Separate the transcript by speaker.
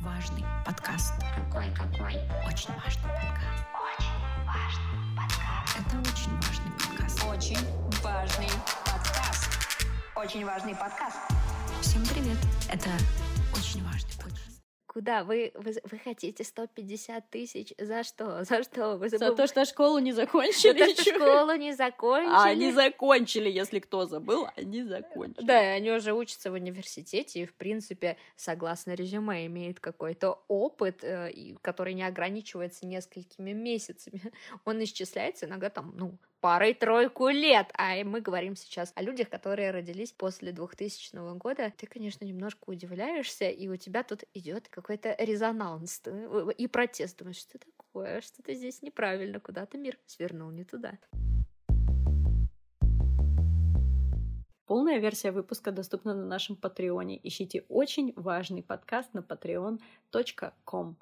Speaker 1: важный подкаст.
Speaker 2: Какой, какой?
Speaker 1: Очень важный подкаст.
Speaker 2: Очень важный подкаст.
Speaker 1: Это очень важный подкаст.
Speaker 3: Очень важный подкаст. Очень важный подкаст.
Speaker 1: Всем привет. Это очень важный подкаст.
Speaker 4: Куда вы, вы, вы хотите 150 тысяч? За что? За что? Вы
Speaker 5: За
Speaker 4: забыл-
Speaker 5: то, что школу не
Speaker 4: За
Speaker 5: закончили
Speaker 4: то, что
Speaker 5: ещё.
Speaker 4: школу не закончили.
Speaker 5: А, они закончили, если кто забыл, они закончили.
Speaker 4: Да, и они уже учатся в университете и, в принципе, согласно резюме, имеют какой-то опыт, э, и который не ограничивается несколькими месяцами. Он исчисляется иногда там, ну, парой-тройку лет. А и мы говорим сейчас о людях, которые родились после 2000 года. Ты, конечно, немножко удивляешься, и у тебя тут идет какой-то резонанс э, и протест. Думаешь, что такое? Что-то здесь неправильно, куда-то мир свернул не туда.
Speaker 5: Полная версия выпуска доступна на нашем Патреоне. Ищите очень важный подкаст на patreon.com.